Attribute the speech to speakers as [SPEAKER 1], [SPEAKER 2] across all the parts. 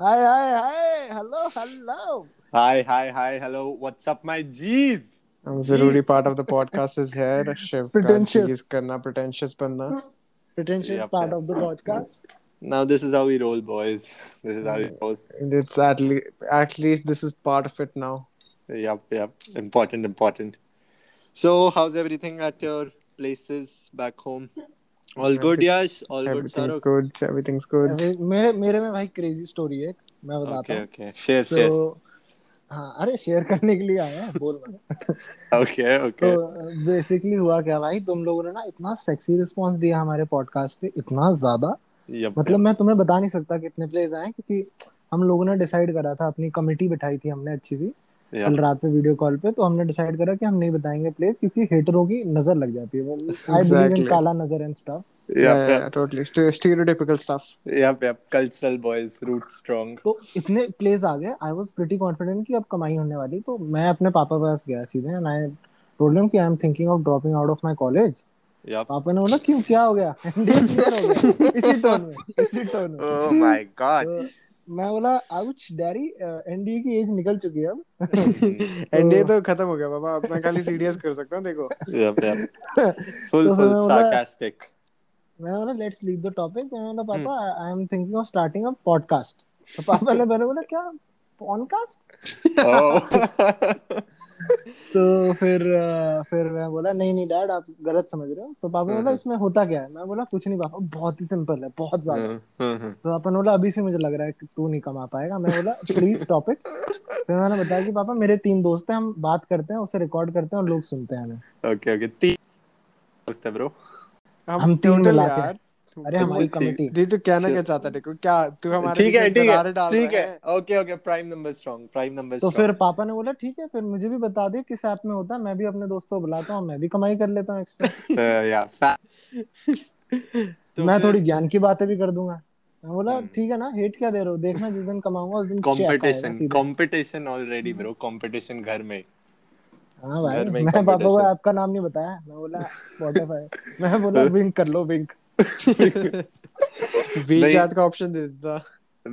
[SPEAKER 1] Hi, hi, hi. Hello, hello.
[SPEAKER 2] Hi, hi, hi, hello. What's up, my G's?
[SPEAKER 3] जरूरी part of the podcast is here Shiv
[SPEAKER 1] Pretentious.
[SPEAKER 3] चीज करना pretentious बनना
[SPEAKER 1] Pretentious
[SPEAKER 2] Yep,
[SPEAKER 1] part
[SPEAKER 2] yep.
[SPEAKER 1] of the podcast.
[SPEAKER 2] Now, this is how we roll, boys. This is how we
[SPEAKER 1] Hmm.
[SPEAKER 2] roll.
[SPEAKER 3] and it's at least at least this is part of it now
[SPEAKER 2] Yep, yep. Important, important. So, how's everything at your places back home? All good, Yash? All good,
[SPEAKER 3] everything's
[SPEAKER 2] Sarok?
[SPEAKER 3] good everything's good
[SPEAKER 1] अरे, मेरे मेरे में भाई crazy story है मैं बताता
[SPEAKER 2] Okay,
[SPEAKER 1] हूँ
[SPEAKER 2] okay. Share, share.
[SPEAKER 1] So, हाँ अरे शेयर करने के लिए आया है बोल मैं
[SPEAKER 2] Okay,
[SPEAKER 1] तो
[SPEAKER 2] okay.
[SPEAKER 1] बेसिकली हुआ क्या भाई तुम लोगों ने ना इतना सेक्सी रिस्पांस दिया हमारे पॉडकास्ट पे इतना ज्यादा
[SPEAKER 2] Yep.
[SPEAKER 1] मतलब मैं तुम्हें बता नहीं सकता कितने प्लेज आए क्योंकि हम लोगों ने डिसाइड करा था अपनी कमेटी बिठाई थी हमने अच्छी सी
[SPEAKER 2] yep,
[SPEAKER 1] कल
[SPEAKER 2] yep.
[SPEAKER 1] रात पे वीडियो कॉल पे तो हमने डिसाइड करा कि हम नहीं बताएंगे प्लेस क्योंकि हेटरों की नजर लग जाती है आई बिलीव इन
[SPEAKER 3] Exactly.
[SPEAKER 1] काला नजर and stuff
[SPEAKER 3] yeah,
[SPEAKER 2] Yep,
[SPEAKER 3] yeah,
[SPEAKER 2] yep.
[SPEAKER 3] totally Ste- stereotypical stuff
[SPEAKER 1] Oh.
[SPEAKER 2] Yep, yep. Cultural boys, root strong.
[SPEAKER 1] तो इतने प्लेस आ गए आई वाज प्रीटी कॉन्फिडेंट कि अब कमाई होने वाली तो मैं अपने पापा के पास गया सीधे एंड आई टोल्ड हिम कि I am thinking of dropping out of my college
[SPEAKER 2] Yep.
[SPEAKER 1] पापा ने बोला क्यों क्या हो गया India clear हो गया इसी टोन में इसी टोन में
[SPEAKER 2] Oh my god.
[SPEAKER 1] तो मैं बोला आउच डैडी एनडीए की एज निकल चुकी है अब
[SPEAKER 3] एंड ये तो खत्म हो गया बाबा अब मैं खाली सीरियस कर सकता हूँ देखो
[SPEAKER 2] Yep, yep.
[SPEAKER 1] So,
[SPEAKER 2] Full, full
[SPEAKER 1] हमें बोला-
[SPEAKER 2] sarcastic.
[SPEAKER 1] मैं बोला लेट्स लीव द टॉपिक मैं बोला पापा I am thinking of starting a podcast तो पापा ने पहले बोला क्या पॉडकास्ट
[SPEAKER 2] Oh.
[SPEAKER 1] तो फिर अ, फिर मैं बोला नहीं नहीं डैड आप गलत समझ रहे हो तो पापा ने
[SPEAKER 2] हम्म,
[SPEAKER 1] बोला इसमें होता क्या है मैं बोला कुछ नहीं पापा बहुत ही सिंपल है बहुत ज्यादा
[SPEAKER 2] Uh-huh.
[SPEAKER 1] तो पापा ने बोला अभी से मुझे लग रहा है कि तू नहीं कमा पाएगा मैं बोला प्लीज स्टॉप इट फिर मैंने बताया कि पापा मेरे तीन दोस्त हैं हम बात करते हैं उसे रिकॉर्ड करते हैं और लोग सुनते हैं हमें
[SPEAKER 2] Okay, okay. Three. दोस्त है bro.
[SPEAKER 1] हम तीन
[SPEAKER 3] total
[SPEAKER 1] मिला के
[SPEAKER 3] यार
[SPEAKER 1] अरे हमारी
[SPEAKER 2] अच्छा, ठीक-
[SPEAKER 1] कमेटी
[SPEAKER 3] ये तो क्या ना क्या चाहता है देखो क्या तू हमारे
[SPEAKER 2] ठीक है
[SPEAKER 3] बीच में
[SPEAKER 2] ठीक है
[SPEAKER 3] दरारें डाल
[SPEAKER 2] ठीक
[SPEAKER 3] रहा
[SPEAKER 2] है okay okay prime number strong prime number
[SPEAKER 1] तो फिर पापा ने बोला ठीक है फिर मुझे भी बता दे किस ऐप में होता है मैं भी अपने दोस्तों को बुलाता हूँ मैं भी कमाई कर लेता हूँ एक्स्ट्रा
[SPEAKER 2] या फैक्ट तो
[SPEAKER 1] मैं थोड़ी ज्ञान की बातें भी कर दूंगा मैं बोला
[SPEAKER 2] हम्म।
[SPEAKER 1] ठीक है ना हेट क्या दे रहे हो देखना जिस दिन कमाऊंगा उस दिन check आएगा
[SPEAKER 2] कंपटीशन
[SPEAKER 1] सीधा।
[SPEAKER 2] कंपटीशन ऑलरेडी ब्रो कंपटीशन घर में
[SPEAKER 1] हाँ
[SPEAKER 2] घर में
[SPEAKER 1] भाई
[SPEAKER 2] ही
[SPEAKER 1] मैं पापा को
[SPEAKER 2] competition।
[SPEAKER 1] आपका नाम नहीं बताया मैं बोला स्पॉटिफाई मैं बोला विंक कर लो विंक
[SPEAKER 3] है वी
[SPEAKER 2] नहीं।
[SPEAKER 3] चैट का ऑप्शन दे देता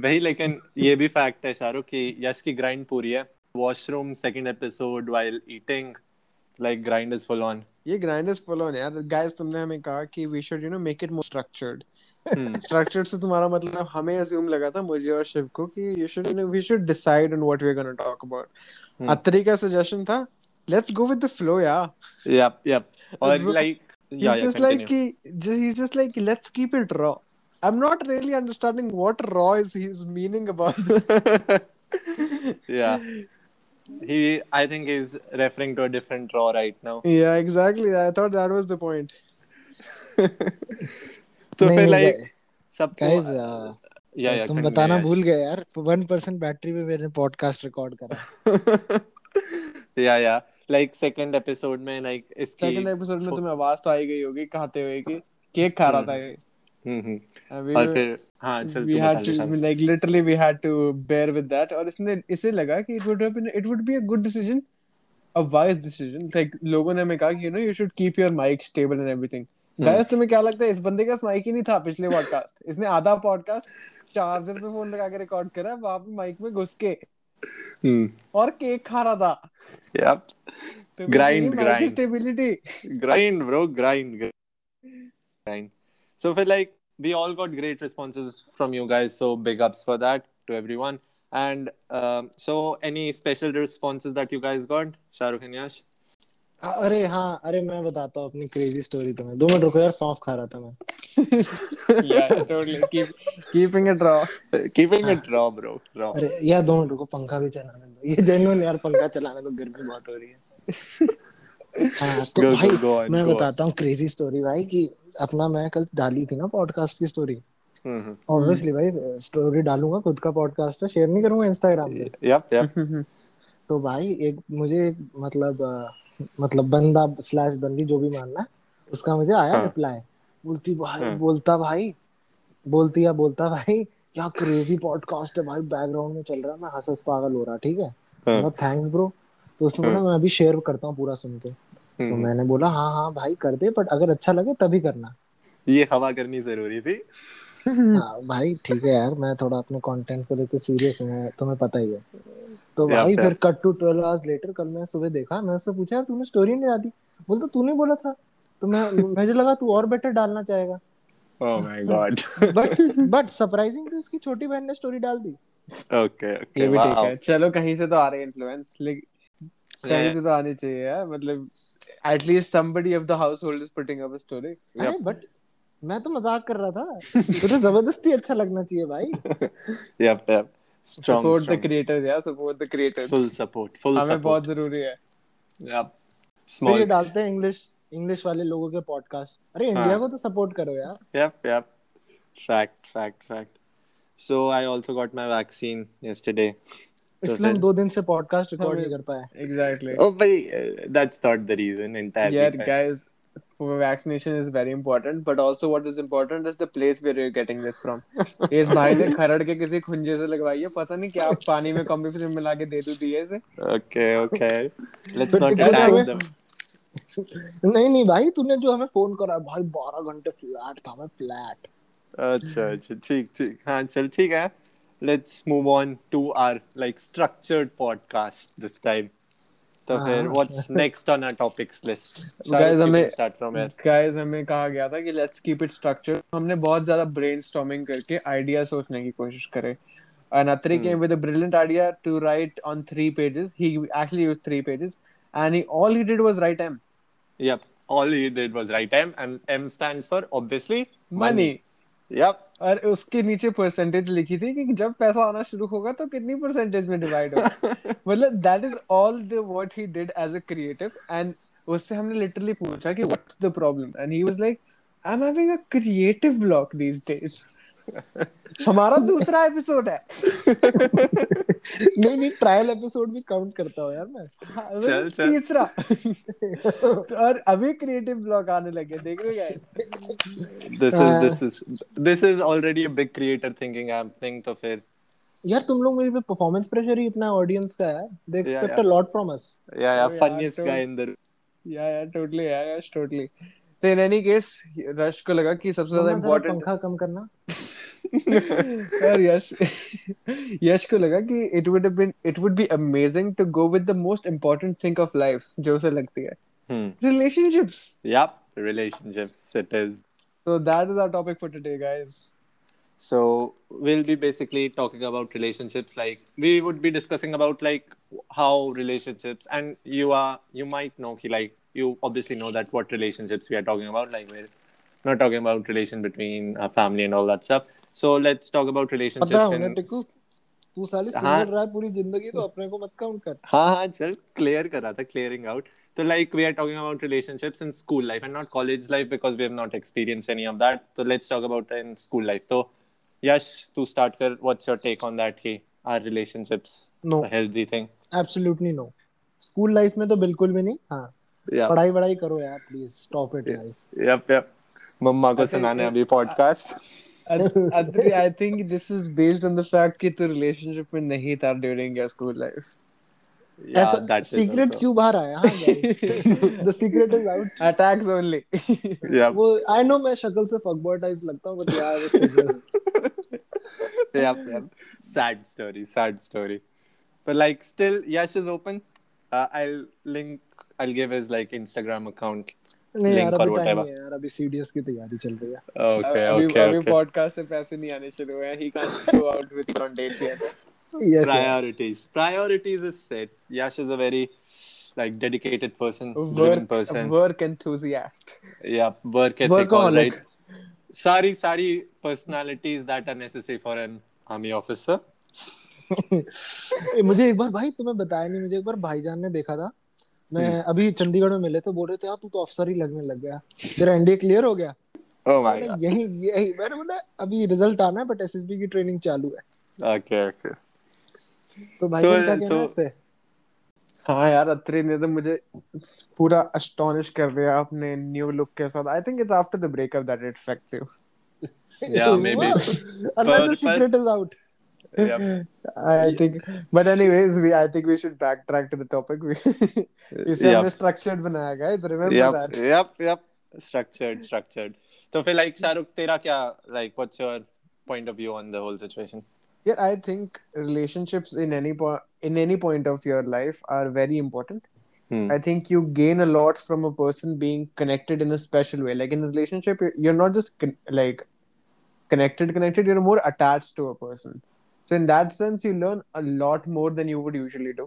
[SPEAKER 2] वही लेकिन ये भी फैक्ट है शाहरुख कि यश की ग्राइंड पूरी है washroom second episode while eating like grind is full on
[SPEAKER 3] ये ग्राइंड इज फुल ऑन यार गाइस तुमने हमें कहा कि we should you know make it more structured structured से तुम्हारा मतलब हमें अज्यूम लगा था मुझे और शिव को कि you should we should decide on what we are gonna talk about Atri का सजेशन था let's go with the flow यार
[SPEAKER 2] यप यप और
[SPEAKER 3] Bro,
[SPEAKER 2] लाइक या
[SPEAKER 3] he's
[SPEAKER 2] या
[SPEAKER 3] just like
[SPEAKER 2] continue
[SPEAKER 3] he, just, he's just like let's keep it raw i'm not really understanding what raw is his meaning about this
[SPEAKER 2] yeah he i think he's referring to a different raw right now
[SPEAKER 3] yeah exactly i thought that was the point
[SPEAKER 2] तो
[SPEAKER 1] नहीं,
[SPEAKER 2] फिर
[SPEAKER 1] नहीं,
[SPEAKER 2] like
[SPEAKER 1] guys,
[SPEAKER 2] सब
[SPEAKER 1] guys, हाँ।
[SPEAKER 2] या या
[SPEAKER 1] तुम
[SPEAKER 2] continue,
[SPEAKER 1] बताना
[SPEAKER 2] yeah.
[SPEAKER 1] भूल गए यार वन परसेंट बैटरी पे मैंने पॉडकास्ट रिकॉर्ड करा
[SPEAKER 2] या या लाइक सेकंड एपिसोड में लाइक इसकी
[SPEAKER 3] सेकंड एपिसोड में तुम्हें आवाज तो आई गई होगी खाते हुए कि केक खा रहा था ये
[SPEAKER 2] हम्म, हम्म.
[SPEAKER 3] And we
[SPEAKER 2] और
[SPEAKER 3] were-
[SPEAKER 2] फिर हाँ चल
[SPEAKER 3] we
[SPEAKER 2] तू
[SPEAKER 3] had
[SPEAKER 2] बता
[SPEAKER 3] to
[SPEAKER 2] they
[SPEAKER 3] like literally we had to bear with that और इसने इसे लगा कि it would have been it would be a good decision a wise decision like लोगों ने हमें कहा कि you know you should keep your mic stable and everything guys तुम्हें क्या लगता है इस बंदे का माइक ही नहीं था पिछले पॉडकास्ट इसने आधा पॉडकास्ट चार्जर पे फोन लगा के रिकॉर्ड करा वहां पे माइक में घुस के
[SPEAKER 2] हम्म.
[SPEAKER 3] और केक खा रहा था
[SPEAKER 2] यप
[SPEAKER 3] तुम्हें चाहिए
[SPEAKER 2] Grind,
[SPEAKER 3] mic की
[SPEAKER 2] grind.
[SPEAKER 3] Stability
[SPEAKER 2] grind bro grind grind so for like we all got great responses from you guys so big ups for that to everyone and um, so any special responses that you guys got shahrukh and yash
[SPEAKER 1] अरे हाँ अरे मैं बताता हूँ अपनी crazy story तुम्हें दो minute रुको यार सौंफ खा रहा था मैं
[SPEAKER 3] yeah totally keep keeping it raw
[SPEAKER 2] keeping it raw bro raw
[SPEAKER 1] अरे यार दो मिनट रुको पंखा भी चलाने दो ये जेन्युइन यार पंखा चलाने दो गर्मी बहुत हो रही है हाँ तो
[SPEAKER 2] Go, go,
[SPEAKER 1] भाई
[SPEAKER 2] go on,
[SPEAKER 1] मैं
[SPEAKER 2] go on.
[SPEAKER 1] बताता हूँ क्रेजी स्टोरी भाई कि अपना मैं कल डाली थी ना पॉडकास्ट की स्टोरी
[SPEAKER 2] Mhm.
[SPEAKER 1] ऑब्वियसली भाई स्टोरी डालूंगा खुद का पॉडकास्ट है शेयर नहीं करूंगा इंस्टाग्राम पे
[SPEAKER 2] yep yep
[SPEAKER 1] तो भाई एक मुझे एक मतलब अ, मतलब बंदा स्लैश बंदी जो भी मानना है, उसका मुझे आया रिप्लाई बोलती भाई बोलता भाई बोलती या बोलता भाई क्या क्रेजी पॉडकास्ट है भाई बैकग्राउंड में चल रहा है मैं हंस हंस पागल हो रहा ठीक है बोला थैंक्स ब्रो तो उसने बोला मैं अभी शेयर करता हूँ पूरा सुन के
[SPEAKER 2] Mm-hmm.
[SPEAKER 1] तो
[SPEAKER 2] हम्म।
[SPEAKER 1] मैंने बोला हाँ हाँ भाई कर दे बट अगर अच्छा लगे तभी करना
[SPEAKER 2] ये हवा करनी जरूरी थी
[SPEAKER 1] हाँ, भाई ठीक है यार मैं थोड़ा अपने कंटेंट को लेके सीरियस हूँ मैं- तुम्हें पता ही है तो
[SPEAKER 2] Yeah,
[SPEAKER 1] भाई
[SPEAKER 2] fair.
[SPEAKER 1] फिर कट टू 12 आवर्स लेटर कल मैं सुबह देखा मैं उससे पूछा यार तूने स्टोरी नहीं डाली बोलता तूने बोला था तो मैं मुझे लगा तू और बेटर डालना चाहेगा
[SPEAKER 2] Oh my god.
[SPEAKER 1] But but surprising तो इसकी छोटी बहन ने स्टोरी डाल दी
[SPEAKER 2] okay, okay.
[SPEAKER 3] ये भी ठीक
[SPEAKER 2] Wow.
[SPEAKER 3] है चलो कहीं से तो आ रहे इन्फ्लुएंस लेकिन कहीं
[SPEAKER 2] Yeah,
[SPEAKER 3] से तो आने चाहिए यार मतलब at least somebody of the household is putting up a story
[SPEAKER 1] अरे बट मैं तो मजाक कर रहा था तुझे जबरदस्ती अच्छा लगना चाहिए भाई
[SPEAKER 2] yeah, yeah. Strong,
[SPEAKER 3] support the
[SPEAKER 2] strong.
[SPEAKER 3] creators यार support the creators
[SPEAKER 2] Full support. Full
[SPEAKER 3] हमें
[SPEAKER 2] support.
[SPEAKER 3] बहुत जरूरी है
[SPEAKER 2] Yeah.
[SPEAKER 1] फिर ये
[SPEAKER 2] Small.
[SPEAKER 1] डालते हैं इंग्लिश इंग्लिश वाले लोगों के पॉडकास्ट अरे इंडिया
[SPEAKER 2] हाँ।
[SPEAKER 1] को तो सपोर्ट करो यार
[SPEAKER 2] Yep, yep. Fact, fact, fact. So I also got my vaccine yesterday. So
[SPEAKER 1] इसलिए हम
[SPEAKER 2] then-
[SPEAKER 1] दो दिन से पॉडकास्ट रिकॉर्ड
[SPEAKER 3] हमें-
[SPEAKER 1] नहीं कर पाए
[SPEAKER 3] exactly
[SPEAKER 2] Oh, but uh, that's not the reason entirely.
[SPEAKER 3] yeah
[SPEAKER 2] but-
[SPEAKER 3] guys vaccination is very important but also what is important is the place where you're getting this from इस भाई ने खरड़ के किसी खुंजे से लगवाई है पता नहीं क्या पानी में कॉम्बिफ्लेम मिला के दे दूं दिए से
[SPEAKER 2] Okay, okay. Let's
[SPEAKER 1] But
[SPEAKER 2] not
[SPEAKER 1] because
[SPEAKER 2] attack
[SPEAKER 1] हमें-
[SPEAKER 2] them.
[SPEAKER 1] नहीं नहीं भाई तूने जो हमें फोन करा भाई बारह घंटे फ्लैट था हमें फ्लैट
[SPEAKER 2] अच्छा अच्छा ठीक ठीक हाँ चल ठीक है let's move on to our like structured podcast this time तो
[SPEAKER 1] हाँ।
[SPEAKER 2] फिर what's next on our topics list
[SPEAKER 3] Guys, हमें-
[SPEAKER 2] स्टार्ट फ्रॉम हियर
[SPEAKER 3] गाइस हमें कहा गया था कि लेट्स कीप इट स्ट्रक्चर्ड हमने बहुत ज्यादा ब्रेनस्टॉर्मिंग करके आइडिया सोचने की कोशिश करे Anatri came with a brilliant idea to write on three pages. He actually used three pages, and he all he did was write M
[SPEAKER 2] yup all he did was write M and M stands for obviously
[SPEAKER 3] money.
[SPEAKER 2] Yup
[SPEAKER 3] और उसके नीचे percentage लिखी थी कि जब पैसा आना शुरू होगा तो कितनी परसेंटेज में डिवाइड होगा मतलब that is all the what he did as a creative and उससे हमने लिटरली पूछा कि what's the problem and he was like I am having a creative block these days हमारा दूसरा एपिसोड है
[SPEAKER 1] नहीं नहीं ट्रायल एपिसोड भी काउंट करता हूँ यार मैं
[SPEAKER 2] चल, चल।
[SPEAKER 3] मतलब तीसरा तो और अभी क्रिएटिव ब्लॉक आने लगे देख रहे guys
[SPEAKER 2] this is
[SPEAKER 1] Uh,
[SPEAKER 2] this is this is already a big creator thinking I am think तो फिर
[SPEAKER 1] यार तुम लोग मेरे पे परफॉर्मेंस प्रेशर ही इतना ऑडियंस का है they
[SPEAKER 2] Yeah,
[SPEAKER 1] expect a
[SPEAKER 2] yeah.
[SPEAKER 1] Lot from us
[SPEAKER 2] yeah yeah
[SPEAKER 3] Oh, yeah,
[SPEAKER 2] funniest
[SPEAKER 3] so-
[SPEAKER 2] guy in the
[SPEAKER 3] yeah yeah totally yeah yeah totally तो इन एनी केस रश को लगा कि सबसे ज्यादा इंपॉर्टेंट
[SPEAKER 1] पंखा कम करना
[SPEAKER 2] अच्छा,
[SPEAKER 3] और यश यश को लगा कि it would have been it would be amazing to go with the most important thing of life जो उसे लगती है
[SPEAKER 2] hmm,
[SPEAKER 3] relationships
[SPEAKER 2] yup relationships it is
[SPEAKER 3] so that is our topic for today guys
[SPEAKER 2] so we'll be basically talking about relationships like we would be discussing about like how relationships and you are you might know ki, like you obviously know that what relationships we are talking about like we're not talking about relation between our family and all that stuff so let's talk about relationships
[SPEAKER 1] पता है
[SPEAKER 2] in-
[SPEAKER 1] उन्हें टिकू तू साली
[SPEAKER 2] अच्छा, हाँ।
[SPEAKER 1] Single रहा है पूरी जिंदगी तो अपने को मत काउंट कर
[SPEAKER 2] हाँ हाँ चल क्लियर कर रहा था क्लियरिंग आउट तो like we are talking about relationships in school life and not college life because we have not experience any of that तो let's talk about in school life तो यश तू स्टार्ट कर what's your take on that कि are relationships
[SPEAKER 1] No.
[SPEAKER 2] Healthy thing
[SPEAKER 1] absolutely no school life में तो बिल्कुल भी नहीं हाँ
[SPEAKER 2] या
[SPEAKER 1] पढ़ाई वढ़ाई करो यार please stop it guys
[SPEAKER 2] yup yup मम्मा को
[SPEAKER 3] Okay,
[SPEAKER 2] सुनाने
[SPEAKER 3] so-
[SPEAKER 2] अभी podcast
[SPEAKER 3] Adri, I think this is based on the fact कि तू relationship में नहीं था during your school life
[SPEAKER 1] ऐसा सीक्रेट क्यों बाहर आया हाँ the secret is out
[SPEAKER 3] attacks only
[SPEAKER 2] yep
[SPEAKER 1] वो आई नो मैं शक्ल से फकबॉय टाइप लगता हूँ बट यार वो secret-
[SPEAKER 2] yep, yep. Sad story, sad story. But like, still, Yash is open. Uh, I'll link. I'll give his like Instagram account.
[SPEAKER 1] नहीं
[SPEAKER 2] Link
[SPEAKER 1] यार
[SPEAKER 2] or
[SPEAKER 1] अभी टाइम
[SPEAKER 2] whatever.
[SPEAKER 1] नहीं है यार अभी सीडीएस की तैयारी चल रही है
[SPEAKER 2] Okay,
[SPEAKER 3] अभी
[SPEAKER 2] okay,
[SPEAKER 3] अभी
[SPEAKER 2] okay.
[SPEAKER 3] podcast से पैसे नहीं आने शुरू हुए हैं he can't go out with you on dates yet
[SPEAKER 1] yes
[SPEAKER 2] Priorities. Priorities is set. Yash is a very like dedicated person, driven
[SPEAKER 3] work
[SPEAKER 2] person.
[SPEAKER 3] work enthusiast
[SPEAKER 2] Yeah, work ethic. All
[SPEAKER 3] Workaholic.
[SPEAKER 2] right. Sorry, sorry. Personalities that are necessary for an army officer.
[SPEAKER 1] ए, मुझे एक बार भाई तुम्हें बताया नहीं मुझे एक बार भाईजान ने देखा था मैं
[SPEAKER 2] Hmm.
[SPEAKER 1] अभी चंडीगढ़ में मिले तो बोल रहे थे यार तू तो अफसर ही लगने लग गया तेरा एनडीए क्लियर हो गया
[SPEAKER 2] Oh my
[SPEAKER 1] मैंने
[SPEAKER 2] god.
[SPEAKER 1] यही यही मैंने बोला अभी रिजल्ट आना है बट एसएसबी की ट्रेनिंग चालू है
[SPEAKER 2] Okay, okay.
[SPEAKER 1] तो भाईजान
[SPEAKER 2] So-
[SPEAKER 1] का कहना है
[SPEAKER 2] so-
[SPEAKER 1] इस पे?
[SPEAKER 3] हाँ यार अत्रे ने तो मुझे पूरा अस्टॉनिश कर दिया अपने न्यू लुक के साथ I think it's after the breakup that it affects you
[SPEAKER 2] Yeah, maybe.
[SPEAKER 1] Unless the
[SPEAKER 2] पर-
[SPEAKER 1] secret is out.
[SPEAKER 2] Yep.
[SPEAKER 3] I think but anyways we I think we should back track to the topic इसे
[SPEAKER 2] Yeah.
[SPEAKER 3] हमने structured बनाया guys remember
[SPEAKER 2] yep,
[SPEAKER 3] that
[SPEAKER 2] yep, yep. Structured, structured. तो फिर like Shahrukh तेरा क्या like what's your point of view on the whole situation?
[SPEAKER 3] Yeah, I think relationships in any po- in any point of your life are very important.
[SPEAKER 2] Hmm.
[SPEAKER 3] I think you gain a lot from a person being connected in a special way. Like in a relationship, you're- you're not just con- like connected, connected. You're more attached to a person. So in that sense, you learn a lot more than you would usually do,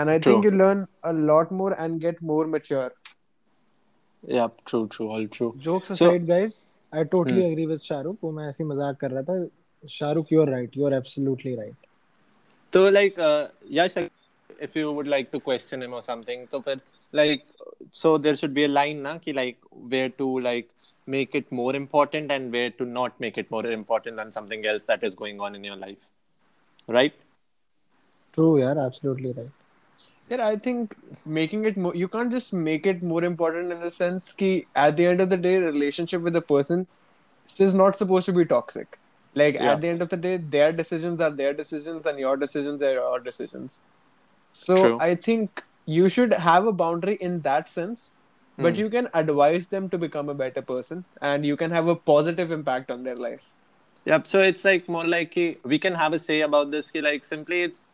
[SPEAKER 3] and I think
[SPEAKER 2] True.
[SPEAKER 3] you learn a lot more and get more mature.
[SPEAKER 2] Yeah, true, true, all true.
[SPEAKER 3] Jokes
[SPEAKER 2] So- Hmm.
[SPEAKER 3] aside, guys.
[SPEAKER 1] I totally agree with Shahrukh वो मैं ऐसे ही मजाक कर रहा था Shahrukh you are right you are absolutely right
[SPEAKER 2] So like, uh, Yash, if you would like to question him or something, so but like, so there should be a line, na, ki like where to like make it more important and where to not make it more important than something else that is going on in your life, right?
[SPEAKER 1] True यार absolutely right
[SPEAKER 3] Yeah, I think making it more, you can't just make it more important in the sense ki at the end of the day, relationship with a person is not supposed to be toxic. Like at the
[SPEAKER 2] Yes.
[SPEAKER 3] end of the day, their decisions are their decisions and your decisions are your decisions. So
[SPEAKER 2] True.
[SPEAKER 3] I think you should have a boundary in that sense, but
[SPEAKER 2] Hmm.
[SPEAKER 3] you can advise them to become a better person and you can have a positive impact on their life.
[SPEAKER 2] Yep. So it's like more like ki, we can have a say about this. Ki, like simply, it's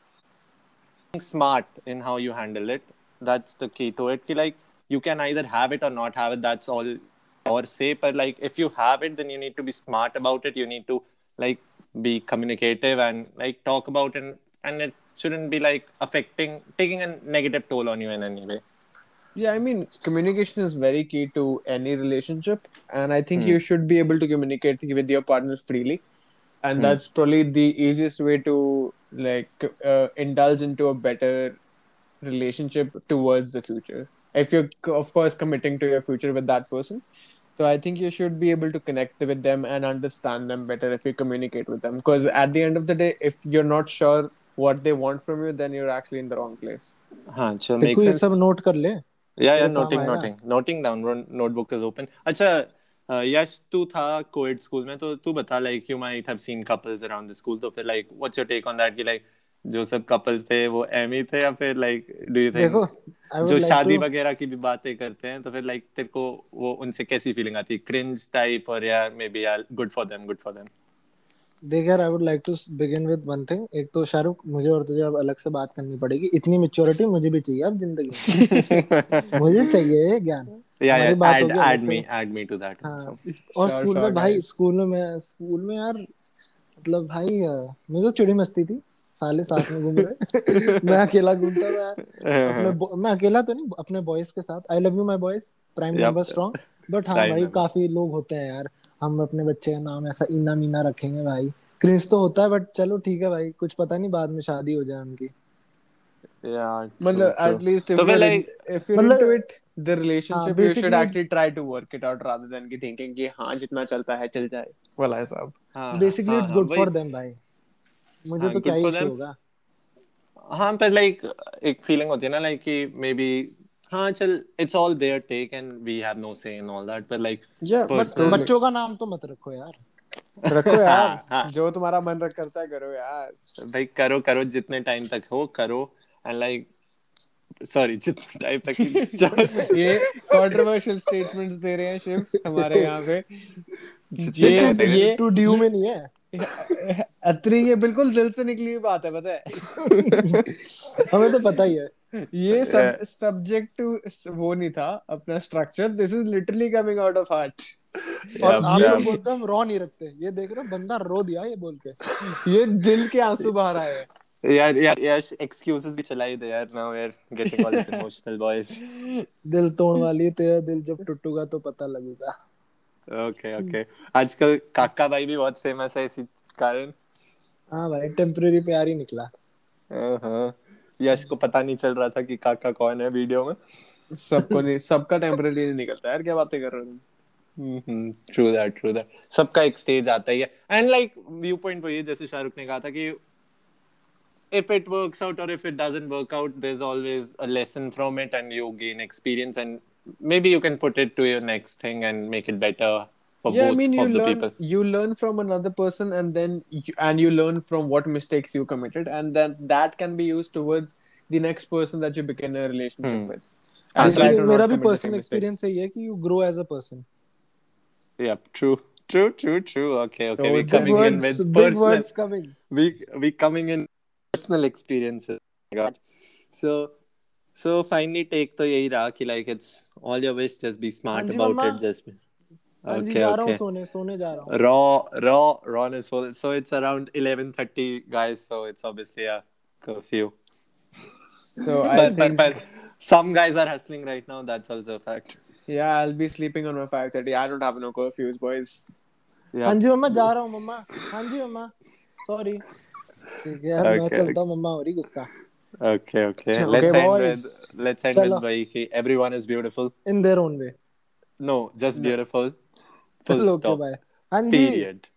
[SPEAKER 2] being smart in how you handle it. That's the key to it. Ki, like you can either have it or not have it. That's all or say. But like if you have it, then you need to be smart about it. You need to like be communicative and like talk about and and it shouldn't be like affecting taking a negative toll on you in any way.
[SPEAKER 3] Yeah, I mean, communication is very key to any relationship, and I think you should be able to communicate with your partner freely, and that's probably the easiest way to like uh, indulge into a better relationship towards the future. If you're, c- of course, committing to your future with that person, so I think you should be able to connect with them and understand them better if you communicate with them. Because at the end of the day, if you're not sure what they want from you, then you're actually in the wrong place.
[SPEAKER 2] हाँ, sure,
[SPEAKER 1] देखो
[SPEAKER 2] makes
[SPEAKER 1] ये
[SPEAKER 2] sense.
[SPEAKER 1] सब note कर ले
[SPEAKER 2] या
[SPEAKER 1] वो
[SPEAKER 2] या
[SPEAKER 1] काम
[SPEAKER 2] नोटिंग
[SPEAKER 1] आएगा।
[SPEAKER 2] Noting noting down notebook is open अच्छा अ, यश तू था कोएड स्कूल में तो तू बता like you might have seen couples around the school तो फिर like what's your take on that कि लाइक जो सब कपल्स थे वो एम ही थे या फिर लाइक डू यू
[SPEAKER 1] देखो
[SPEAKER 2] थिंक
[SPEAKER 1] आई
[SPEAKER 2] जो
[SPEAKER 1] वुड
[SPEAKER 2] शादी
[SPEAKER 1] लाइक टू
[SPEAKER 2] वगैरह की भी बातें करते हैं तो फिर लाइक तेरे को वो उनसे कैसी फीलिंग आती है क्रिंज टाइप और या मे बी यार good for them good for them
[SPEAKER 1] देख यार I would like to begin with one thing एक तो शाहरुख मुझे और तुझे अब अलग से बात करनी पड़ेगी इतनी मेच्योरिटी मुझे भी चाहिए अब जिंदगी में मुझे चाहिए ये ज्ञान
[SPEAKER 2] या
[SPEAKER 1] हमारी
[SPEAKER 2] या
[SPEAKER 1] बात
[SPEAKER 2] ऐड
[SPEAKER 1] होगी अलग
[SPEAKER 2] ऐड
[SPEAKER 1] से।
[SPEAKER 2] Me add me to that
[SPEAKER 1] हाँ, और स्कूल
[SPEAKER 3] Sure, sure,
[SPEAKER 1] में भाई
[SPEAKER 3] guys.
[SPEAKER 1] स्कूल में मैं स्कूल में यार मतलब भाई अ, मुझे तो चिड़ी मस्ती थी साले साथ में घूम रहे मैं अकेला घूमता था यार
[SPEAKER 2] हाँ,
[SPEAKER 1] अपने bo- मैं अकेला तो नहीं अपने बॉयज के साथ I love you my boys prime
[SPEAKER 2] Yep.
[SPEAKER 1] Number strong but हाँ
[SPEAKER 2] Prime
[SPEAKER 1] भाई
[SPEAKER 2] number.
[SPEAKER 1] काफी लोग होते हैं यार हम अपने बच्चे का नाम ऐसा इना मीना रखेंगे भाई क्रिंज तो होता है बट चलो ठीक है भाई कुछ पता नहीं बाद में शादी हो जाए उनकी
[SPEAKER 2] हाँ, या
[SPEAKER 3] मतलब एटलीस्ट इफ
[SPEAKER 2] तो फिर
[SPEAKER 3] यू
[SPEAKER 2] लाइक
[SPEAKER 3] इफ यू
[SPEAKER 1] मतलब-
[SPEAKER 3] into it the relationship you
[SPEAKER 1] basically
[SPEAKER 3] should
[SPEAKER 1] it's-
[SPEAKER 3] actually try to work it out rather than की थिंकिंग कि हां जितना चलता है चल जाए वाला हिसाब
[SPEAKER 2] हाँ,
[SPEAKER 1] बेसिकली
[SPEAKER 2] हाँ,
[SPEAKER 1] इट्स
[SPEAKER 2] हाँ,
[SPEAKER 1] गुड
[SPEAKER 2] वही-
[SPEAKER 1] फॉर देम भाई मुझे
[SPEAKER 2] हाँ,
[SPEAKER 1] तो
[SPEAKER 2] good
[SPEAKER 1] क्या ही
[SPEAKER 2] for
[SPEAKER 1] इशू
[SPEAKER 2] them.
[SPEAKER 1] होगा
[SPEAKER 2] हाँ पर लाइक एक फीलिंग होती है ना लाइक कि मे बी हाँ चल it's all their take and we have no say in all that पर लाइक
[SPEAKER 3] या
[SPEAKER 2] बट-
[SPEAKER 3] बट
[SPEAKER 1] बच्चों का नाम तो मत रखो यार
[SPEAKER 3] तो रखो
[SPEAKER 2] हाँ,
[SPEAKER 3] यार जो तुम्हारा मन रख करता है करो यार
[SPEAKER 2] भाई करो करो जितने टाइम तक हो करो एंड लाइक सॉरी जितने टाइम तक
[SPEAKER 3] ये कंट्रोवर्शियल स्टेटमेंट्स दे रहे हैं शिव हमारे यहाँ पे
[SPEAKER 2] जितने
[SPEAKER 3] ये
[SPEAKER 2] time तक-
[SPEAKER 3] ये
[SPEAKER 1] टू ड्यू में नहीं है
[SPEAKER 3] अत्री ये बिल्कुल दिल से निकली हुई बात है पता है
[SPEAKER 1] हमें तो पता ही है
[SPEAKER 3] ये सब सब्जेक्ट टू वो नहीं था अपना structure this is literally coming out of heart
[SPEAKER 1] और
[SPEAKER 2] Yeah,
[SPEAKER 1] आप
[SPEAKER 2] yeah.
[SPEAKER 1] लोग बोलते हैं, हम रो नहीं रखते ये देख रहे हो बंदा रो दिया ये बोल के
[SPEAKER 3] ये दिल के आंसू बहा रहे हैं
[SPEAKER 2] यार यार यश एक्सक्यूजेस भी चला ही दे यार now we are getting all emotional boys
[SPEAKER 1] दिल तोड़ वाली तेरा दिल जब टूटूगा तो पता लगेगा
[SPEAKER 2] ओके ओके आजकल काका भाई भी बहुत फेमस है इसी कारण
[SPEAKER 1] हाँ भाई टेम्परेरी प्यार ही निकला
[SPEAKER 2] हाँ, हाँ। यश को पता नहीं चल रहा था कि काका कौन है वीडियो में
[SPEAKER 3] सबको नहीं सबका टेम्परेरी नहीं निकलता यार क्या बातें कर रहे हो तुम
[SPEAKER 2] ट्रू दैट ट्रू दैट सबका एक स्टेज आता ही है एंड लाइक व्यू पॉइंट वही है, जैसे शाहरुख ने कहा था कि if it works out or if it doesn't work out there's always a lesson from it and you gain experience and maybe you can put it to your next thing and make it better for
[SPEAKER 3] yeah,
[SPEAKER 2] both
[SPEAKER 3] I mean, you
[SPEAKER 2] of the
[SPEAKER 3] learn
[SPEAKER 2] people
[SPEAKER 3] you learn from another person, and then you, and you learn from what mistakes you committed, and then that can be used towards the next person that you begin a relationship
[SPEAKER 2] Hmm.
[SPEAKER 3] with.
[SPEAKER 2] And
[SPEAKER 3] And try
[SPEAKER 1] Basically,
[SPEAKER 3] to not
[SPEAKER 1] मेरा भी
[SPEAKER 3] commit the same
[SPEAKER 1] personal
[SPEAKER 3] mistakes.
[SPEAKER 1] Experience यही है कि you grow as a person
[SPEAKER 2] yeah true True, true, true. Okay, okay.
[SPEAKER 3] Oh,
[SPEAKER 2] We're
[SPEAKER 3] big
[SPEAKER 2] coming in
[SPEAKER 1] words,
[SPEAKER 2] with
[SPEAKER 1] big
[SPEAKER 2] personal.
[SPEAKER 1] words coming.
[SPEAKER 2] We we coming in personal experiences. Oh my God. So so finally take तो यही रहा कि like it's all your wish. Just be smart
[SPEAKER 1] हाँ जी,
[SPEAKER 2] about
[SPEAKER 1] mamma.
[SPEAKER 2] it. Just be.
[SPEAKER 1] हाँ जी,
[SPEAKER 2] Okay,
[SPEAKER 1] जा रहा हूँ
[SPEAKER 2] okay.
[SPEAKER 1] सोने सोने जा रहा हूँ
[SPEAKER 2] Raw, raw, rawness. Well, so it's around eleven thirty, guys. So it's obviously a curfew.
[SPEAKER 3] So I
[SPEAKER 2] But, but,
[SPEAKER 3] think
[SPEAKER 2] but some guys are hustling right now. That's also a fact.
[SPEAKER 3] yeah, I'll be sleeping on my 5:30. I don't have no curfews, boys.
[SPEAKER 2] Yeah.
[SPEAKER 1] हाँ जी मम्मा जा रहा हूँ मम्मा हाँ जी मम्मा sorry ठीक है यार मैं
[SPEAKER 2] Okay,
[SPEAKER 1] चलता हूँ मम्मा हो रही गुस्सा
[SPEAKER 2] Okay, okay.
[SPEAKER 3] Okay,
[SPEAKER 2] let's end
[SPEAKER 3] boys.
[SPEAKER 2] with let's end
[SPEAKER 1] Chalo.
[SPEAKER 2] with bhai ki everyone is beautiful.
[SPEAKER 1] In their own way
[SPEAKER 2] No, just beautiful. Full
[SPEAKER 1] चलो ओके
[SPEAKER 2] stop.
[SPEAKER 1] बाय हाँ जी
[SPEAKER 2] Period.